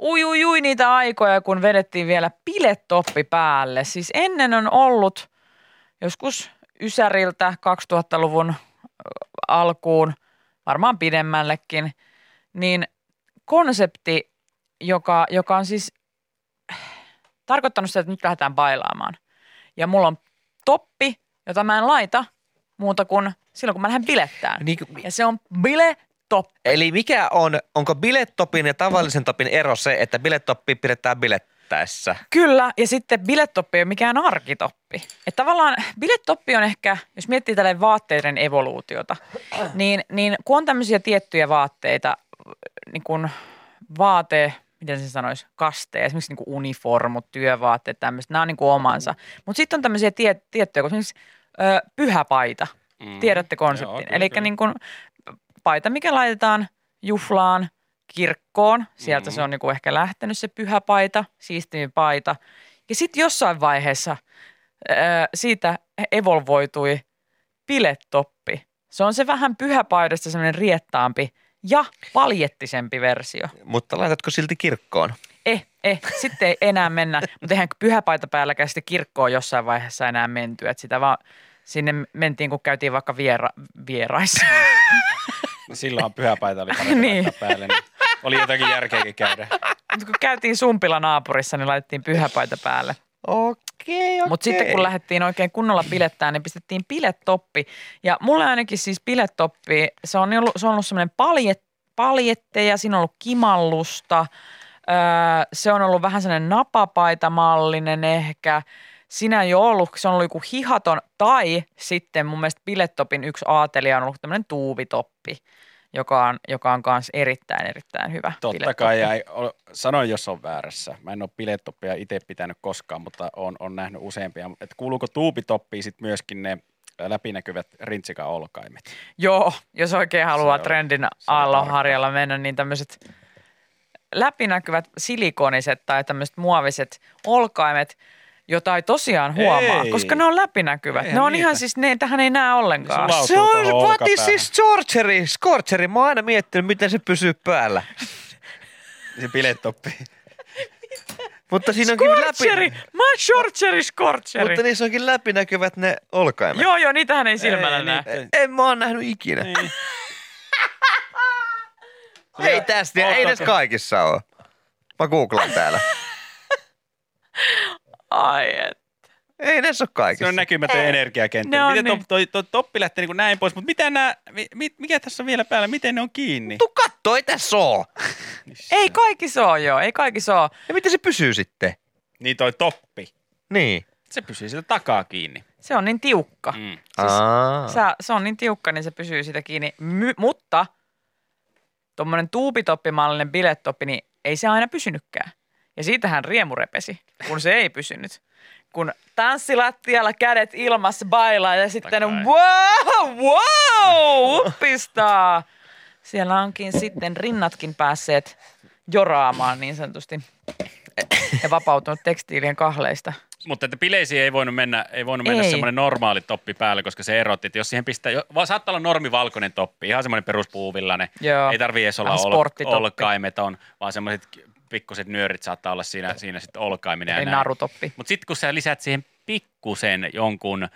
Speaker 3: ui, ui, ui niitä aikoja, kun vedettiin vielä piletoppi päälle. Siis ennen on ollut joskus Ysäriltä 2000-luvun alkuun, varmaan pidemmällekin, niin konsepti, joka, joka on siis tarkoittanut sitä, että nyt lähdetään bailaamaan. Ja mulla on toppi, jota mä en laita muuta kuin silloin, kun mä lähden bilettään.
Speaker 5: Niin,
Speaker 3: Ja se on biletoppi.
Speaker 5: eli mikä on, onko bilettopin ja tavallisen topin ero se, että bilettoppi pidetään bilettäessä?
Speaker 3: Kyllä, ja sitten bilettoppi ei ole mikään arkitoppi. Että tavallaan bilettoppi on ehkä, jos miettii tälleen vaatteiden evoluutiota, niin, niin kun on tämmöisiä tiettyjä vaatteita, niin kuin vaate, miten se sanoisi, kasteja, esimerkiksi niin kuin uniformut, työvaatteet, tämmöiset, nämä on niin kuin omansa. Mutta sitten on tämmöisiä tie, tiettyjä, kuin esimerkiksi ö, pyhäpaita, mm. tiedätte
Speaker 4: Mm-hmm. Joo,
Speaker 3: konseptin.
Speaker 4: kyllä,
Speaker 3: Eli
Speaker 4: kyllä.
Speaker 3: niin kuin paita, mikä laitetaan juhlaan, kirkkoon, sieltä
Speaker 4: Mm-hmm.
Speaker 3: mm. se on niin kuin ehkä lähtenyt se pyhäpaita, siistimpi paita. Ja sitten jossain vaiheessa ö, siitä evolvoitui piletoppi. Se on se vähän pyhäpaidasta semmoinen riettaampi ja paljettisempi versio.
Speaker 5: Mutta laitatko silti kirkkoon?
Speaker 3: Eh, eh, sitten ei enää mennä, mutta eihän pyhäpaita päälläkään sitten kirkkoon jossain vaiheessa enää menty. Että sitä vaan sinne mentiin, kun käytiin vaikka viera, vieraissa.
Speaker 4: Mm.
Speaker 2: No silloinhan pyhäpäitä oli parempi
Speaker 3: Niin.
Speaker 2: niin. päälle. Niin oli jotakin järkeäkin käydä.
Speaker 3: Mutta kun käytiin sumpila naapurissa, niin laitettiin pyhäpaita päälle.
Speaker 5: Okei, okei.
Speaker 3: Mutta sitten kun lähdettiin oikein kunnolla pilettään, niin pistettiin pilettoppi. Ja mulle ainakin siis pilettoppi, se on ollut, se on ollut semmoinen paljet, paljetteja, siinä on ollut kimallusta. Öö, se on ollut vähän sellainen napapaitamallinen ehkä. Sinä ei ole ollut, se on ollut joku hihaton. Tai sitten mun mielestä pilettopin yksi aatelija on ollut tämmöinen tuuvitoppi, joka on, joka on kanssa erittäin, erittäin hyvä
Speaker 2: Totta
Speaker 3: pilettoppi.
Speaker 2: kai, ja ei ole- sanoin jos on väärässä. Mä en ole bilettoppia itse pitänyt koskaan, mutta on, on nähnyt useampia. Et kuuluuko tuupitoppiin sitten myöskin ne ö, läpinäkyvät rintsikan olkaimet?
Speaker 3: Joo, jos oikein haluaa
Speaker 2: Se on-
Speaker 3: trendin
Speaker 2: on
Speaker 3: aallonharjalla mennä, niin tämmöiset läpinäkyvät silikoniset tai tämmöiset muoviset olkaimet, jota ei tosiaan huomaa,
Speaker 2: Ei.
Speaker 3: koska ne on läpinäkyvät.
Speaker 2: Eihän
Speaker 3: ne on
Speaker 2: niitä.
Speaker 3: ihan siis, ne, tähän ei näe ollenkaan.
Speaker 2: Sulautuu
Speaker 5: Se on,
Speaker 2: tuohon
Speaker 5: what is
Speaker 2: olkapäähän.
Speaker 5: this torcheri? Scorcheri, mä oon aina miettinyt, miten se pysyy päällä.
Speaker 2: Se bilettoppi.
Speaker 5: Mutta siinä onkin
Speaker 3: Skorcheri!
Speaker 5: läpi...
Speaker 3: Mä oon shortcheri, skorcheri.
Speaker 5: Mutta niissä onkin läpinäkyvät ne olkaimet.
Speaker 3: Joo, joo, niitähän ei silmällä
Speaker 2: niin- Ei, niin-
Speaker 3: näe.
Speaker 2: niitä-
Speaker 5: En mä oon nähnyt ikinä.
Speaker 2: Niin.
Speaker 5: Ei tästä, ei edes kaikissa ole. Mä googlaan täällä.
Speaker 3: Ai et.
Speaker 5: Ei ne ole
Speaker 2: Se
Speaker 5: kaikissa.
Speaker 2: on näkymätön
Speaker 3: Ei. Ne
Speaker 2: energiakenttä.
Speaker 3: on
Speaker 2: Miten
Speaker 3: niin.
Speaker 2: niin. toi, toi, toppi lähtee niin kuin näin pois, mutta mitä nää, mi, mi- mikä tässä on vielä päällä, miten ne on kiinni?
Speaker 5: Tu katto, ei tässä oo.
Speaker 3: Ei kaikissa ole joo, ei kaikissa ole.
Speaker 5: Ja miten se pysyy sitten?
Speaker 2: Niin toi toppi,
Speaker 5: Niin.
Speaker 2: se pysyy sieltä takaa kiinni.
Speaker 3: Se on niin tiukka.
Speaker 2: Mm.
Speaker 3: Siis
Speaker 5: Aa.
Speaker 3: Sä, se on niin tiukka, niin se pysyy sitä kiinni. My, mutta tuommoinen tuupitoppimallinen bilettoppi, niin ei se aina pysynytkään. Ja siitähän riemu repesi, kun se ei pysynyt. Kun tanssilattialla kädet ilmassa bailaa ja sitten
Speaker 4: Takai.
Speaker 3: wow, wow, uppistaa. Siellä onkin sitten rinnatkin päässeet joraamaan niin sanotusti ja vapautunut tekstiilien kahleista.
Speaker 4: Mutta että bileisiin ei voinut mennä, ei voinut mennä
Speaker 3: Ei.
Speaker 4: semmoinen normaali toppi päälle, koska se erotti, että jos siihen pistää, jo- vaan saattaa olla normivalkoinen toppi, ihan semmoinen peruspuuvillainen.
Speaker 3: Joo.
Speaker 4: Ei tarvii edes olla
Speaker 3: Vähän
Speaker 4: ol,
Speaker 3: sporttitoppi.
Speaker 4: olkaimeton, vaan semmoiset pikkuset nyörit saattaa olla siinä, siinä sitten olkaiminen.
Speaker 3: Eli narutoppi.
Speaker 4: Mutta sitten kun sä lisät siihen pikkusen jonkun ö,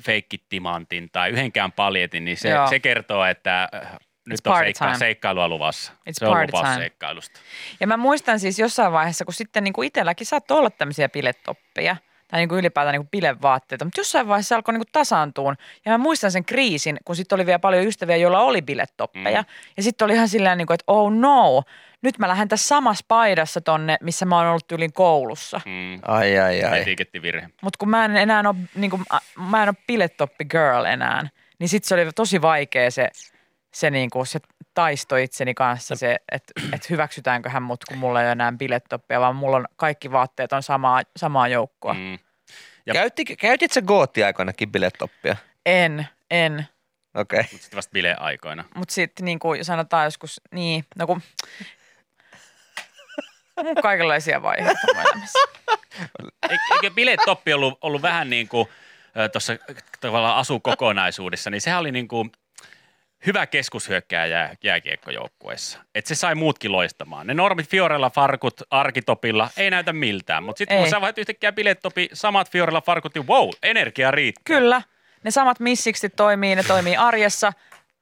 Speaker 4: feikkitimantin tai yhdenkään paljetin, niin se,
Speaker 3: Joo.
Speaker 4: se kertoo, että ö, nyt
Speaker 3: It's
Speaker 4: on
Speaker 3: party
Speaker 4: seikka,
Speaker 3: time.
Speaker 4: seikkailua luvassa.
Speaker 3: It's
Speaker 4: se on
Speaker 3: party
Speaker 4: lupaus
Speaker 3: time.
Speaker 4: seikkailusta.
Speaker 3: Ja mä muistan siis jossain vaiheessa, kun sitten niin kuin itselläkin saattoi olla tämmöisiä bilettoppeja tai niin kuin ylipäätään niin kuin bilevaatteita, mutta jossain vaiheessa se alkoi niin kuin tasaantua. Ja mä muistan sen kriisin, kun sitten oli vielä paljon ystäviä, joilla oli bilettoppeja. Mm. Ja sitten oli ihan silleen, niin kuin, että oh no, nyt mä lähden tässä samassa paidassa tonne, missä mä oon ollut tyylin koulussa. Mm.
Speaker 4: Mm.
Speaker 5: Ai, ai, ai.
Speaker 4: Etikettivirhe.
Speaker 3: Mutta kun mä en enää ole, niin kuin, mä en ole bilettoppi girl enää, niin sitten se oli tosi vaikea se, se, niin kuin, se taisto itseni kanssa, se, että et hyväksytäänköhän mut, kun mulla ei ole enää bilettoppia, vaan mulla on kaikki vaatteet on samaa, samaa joukkoa. Mm.
Speaker 4: Mm. Ja-
Speaker 5: Ja... Käytti, käytit sä gootti aikana kibilettoppia?
Speaker 3: En, en.
Speaker 5: Okei. Okay.
Speaker 4: Mutta sitten vasta bileaikoina.
Speaker 3: Mutta sitten niin kuin sanotaan joskus, niin, no kun, mun kaikenlaisia vaiheita mun elämässä.
Speaker 4: Eikö bilettoppi ollut, ollut vähän niin kuin tuossa tavallaan asukokonaisuudessa, niin sehän oli niin kuin hyvä keskushyökkääjä jää, jääkiekkojoukkueessa. Et se sai muutkin loistamaan. Ne normit Fiorella farkut arkitopilla ei näytä miltään, mutta sitten kun
Speaker 3: Ei.
Speaker 4: sä vaihdat yhtäkkiä bilettopi, samat Fiorella farkut, niin wow, energia riittää.
Speaker 3: Kyllä, ne samat missiksi toimii, ne toimii arjessa,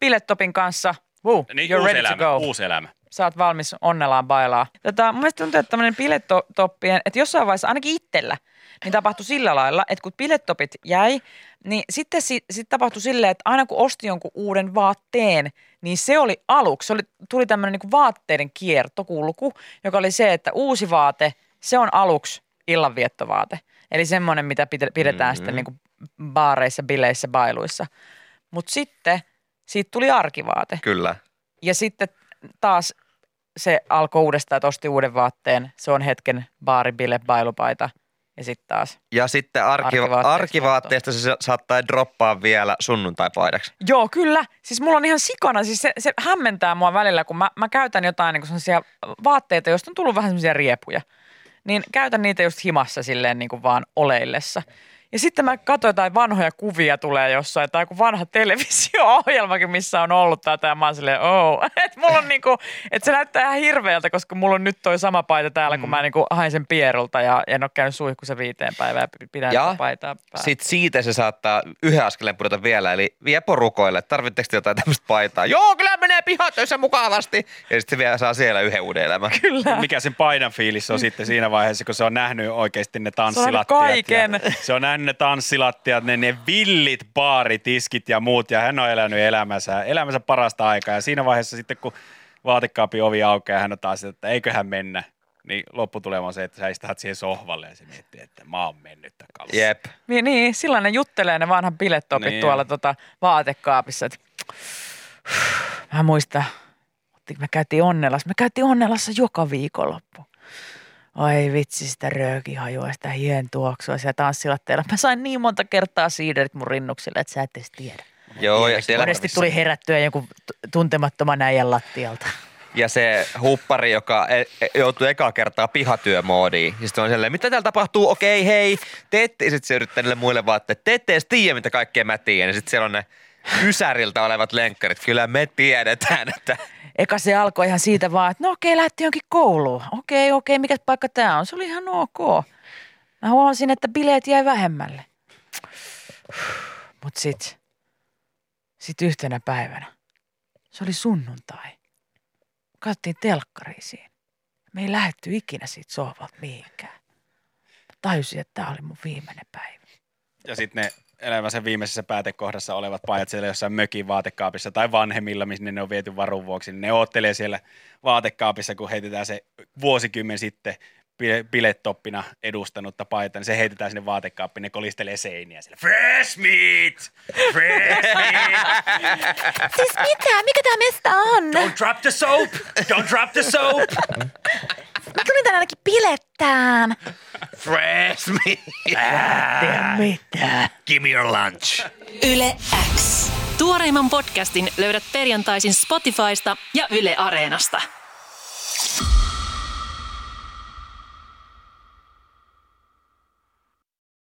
Speaker 3: bilettopin kanssa, Woo,
Speaker 4: Niin,
Speaker 3: you're
Speaker 4: uusi,
Speaker 3: ready to
Speaker 4: elämä,
Speaker 3: go.
Speaker 4: uusi elämä.
Speaker 3: sä oot valmis onnellaan bailaa. Tota, mun mielestä tuntuu, että tämmöinen bilettoppien, että jossain vaiheessa ainakin itsellä, niin tapahtui sillä lailla, että kun bilettopit jäi, niin sitten si- sit tapahtui silleen, että aina kun osti jonkun uuden vaatteen, niin se oli aluksi, se oli, tuli tämmöinen niin vaatteiden kiertokulku, joka oli se, että uusi vaate, se on aluksi illanviettovaate. Eli semmoinen, mitä pite- pidetään mm-hmm. sitten niin kuin baareissa, bileissä, bailuissa. Mutta sitten siitä tuli arkivaate.
Speaker 5: Kyllä.
Speaker 3: Ja sitten taas se alkoi uudestaan, että osti uuden vaatteen. Se on hetken baaribile, bailupaita ja sitten taas.
Speaker 5: Ja sitten arki,
Speaker 3: Arkivaatteeksi
Speaker 5: arkivaatteesta se sa- saattaa droppaa vielä sunnuntaipaidaksi.
Speaker 3: Joo, kyllä. Siis mulla on ihan sikana. Siis se, se hämmentää mua välillä, kun mä, mä käytän jotain niin sellaisia vaatteita, joista on tullut vähän semmoisia riepuja. Niin käytän niitä just himassa silleen niin kuin vaan oleillessa. Ja sitten mä katsoin jotain vanhoja kuvia tulee jossain, tai joku vanha televisio-ohjelmakin, missä on ollut tätä, ja mä oon silleen, oh. Että mulla on niinku, että se näyttää ihan hirveältä, koska mulla on nyt toi sama paita täällä, kun mä niinku haen sen pierolta, ja en ole käynyt suihkussa viiteen päivään, ja pidän
Speaker 5: Ja
Speaker 3: sitä paitaa päällä.
Speaker 5: Sitten siitä se saattaa yhden askeleen pudota vielä, eli vie porukoille, että tarvitteko te jotain tämmöistä paitaa? Joo, kyllä menee pihatöissä mukavasti. Ja sitten se vielä saa siellä yhden uuden elämän.
Speaker 3: Kyllä.
Speaker 2: Mikä sen painan fiilis on sitten siinä vaiheessa, kun se on nähnyt oikeasti ne
Speaker 3: on nähnyt
Speaker 2: tanssilattiat.
Speaker 3: kaiken.
Speaker 2: Ja se on nähnyt ne tanssilattiat, ne, ne villit baaritiskit ja muut, ja hän on elänyt elämänsä, elämänsä parasta aikaa. Ja siinä vaiheessa sitten, kun vaatekaapin ovi aukeaa, hän on taas, että eiköhän mennä. Niin lopputulema on se, että sä istahat siihen sohvalle ja se miettii, että mä oon mennyt takaisin.
Speaker 5: Jep.
Speaker 3: Niin, niin silloin ne juttelee ne vanhan bilettopit niin.
Speaker 2: Niin.
Speaker 3: tuolla tota, vaatekaapissa. Et, mä muistan, otti- me käytiin Onnelassa. Me käytiin Onnelassa joka viikonloppu. Ai vitsi, sitä röökihajua, sitä hien tuoksua siellä tanssilatteella. Mä sain niin monta kertaa siiderit mun rinnuksille, että sä et edes tiedä.
Speaker 5: Joo, ja, siellä,
Speaker 3: Monesti tuli herättyä jonkun t- tuntemattoman äijän lattialta.
Speaker 5: ja se huppari, joka e- e- joutuu ekaa kertaa pihatyömoodiin. Ja sitten on silleen, mitä täällä tapahtuu? Okei, hei. Te ette, ja sitten se yrittää niille muille vaan, että te ette edes tiedä, mitä kaikkea mä tiedän. Ja sitten siellä on ne ysäriltä olevat lenkkarit. Kyllä me tiedetään, että
Speaker 3: Eka se alkoi ihan siitä vaan, että no okei, lähti jonkin kouluun. Okei, okei, mikä paikka tämä on? Se oli ihan ok. Mä huomasin, että bileet jäi vähemmälle. Mut sit, sit yhtenä päivänä, se oli sunnuntai. Katsottiin telkkariin siinä. Me ei lähetty ikinä siitä sohvalta mihinkään. Mä
Speaker 6: tajusin, että tämä oli mun viimeinen päivä.
Speaker 2: Ja sitten ne elämänsä viimeisessä päätekohdassa olevat pajat siellä jossain mökin vaatekaapissa tai vanhemmilla, minne ne on viety varun vuoksi, niin ne oottelee siellä vaatekaapissa, kun heitetään se vuosikymmen sitten bile- bilettoppina edustanutta paita, niin se heitetään sinne vaatekaappiin, ne kolistelee seiniä siellä. Fresh meat! Fresh meat!
Speaker 3: Siis mitä? Mikä tämä mesta on?
Speaker 2: Don't drop the soap! Don't drop the soap!
Speaker 3: Mä tulin tänne ainakin pilettään.
Speaker 7: Fresh me.
Speaker 6: Mitä?
Speaker 7: Give me your lunch.
Speaker 3: Yle X.
Speaker 8: Tuoreimman podcastin löydät perjantaisin Spotifysta ja Yle Areenasta.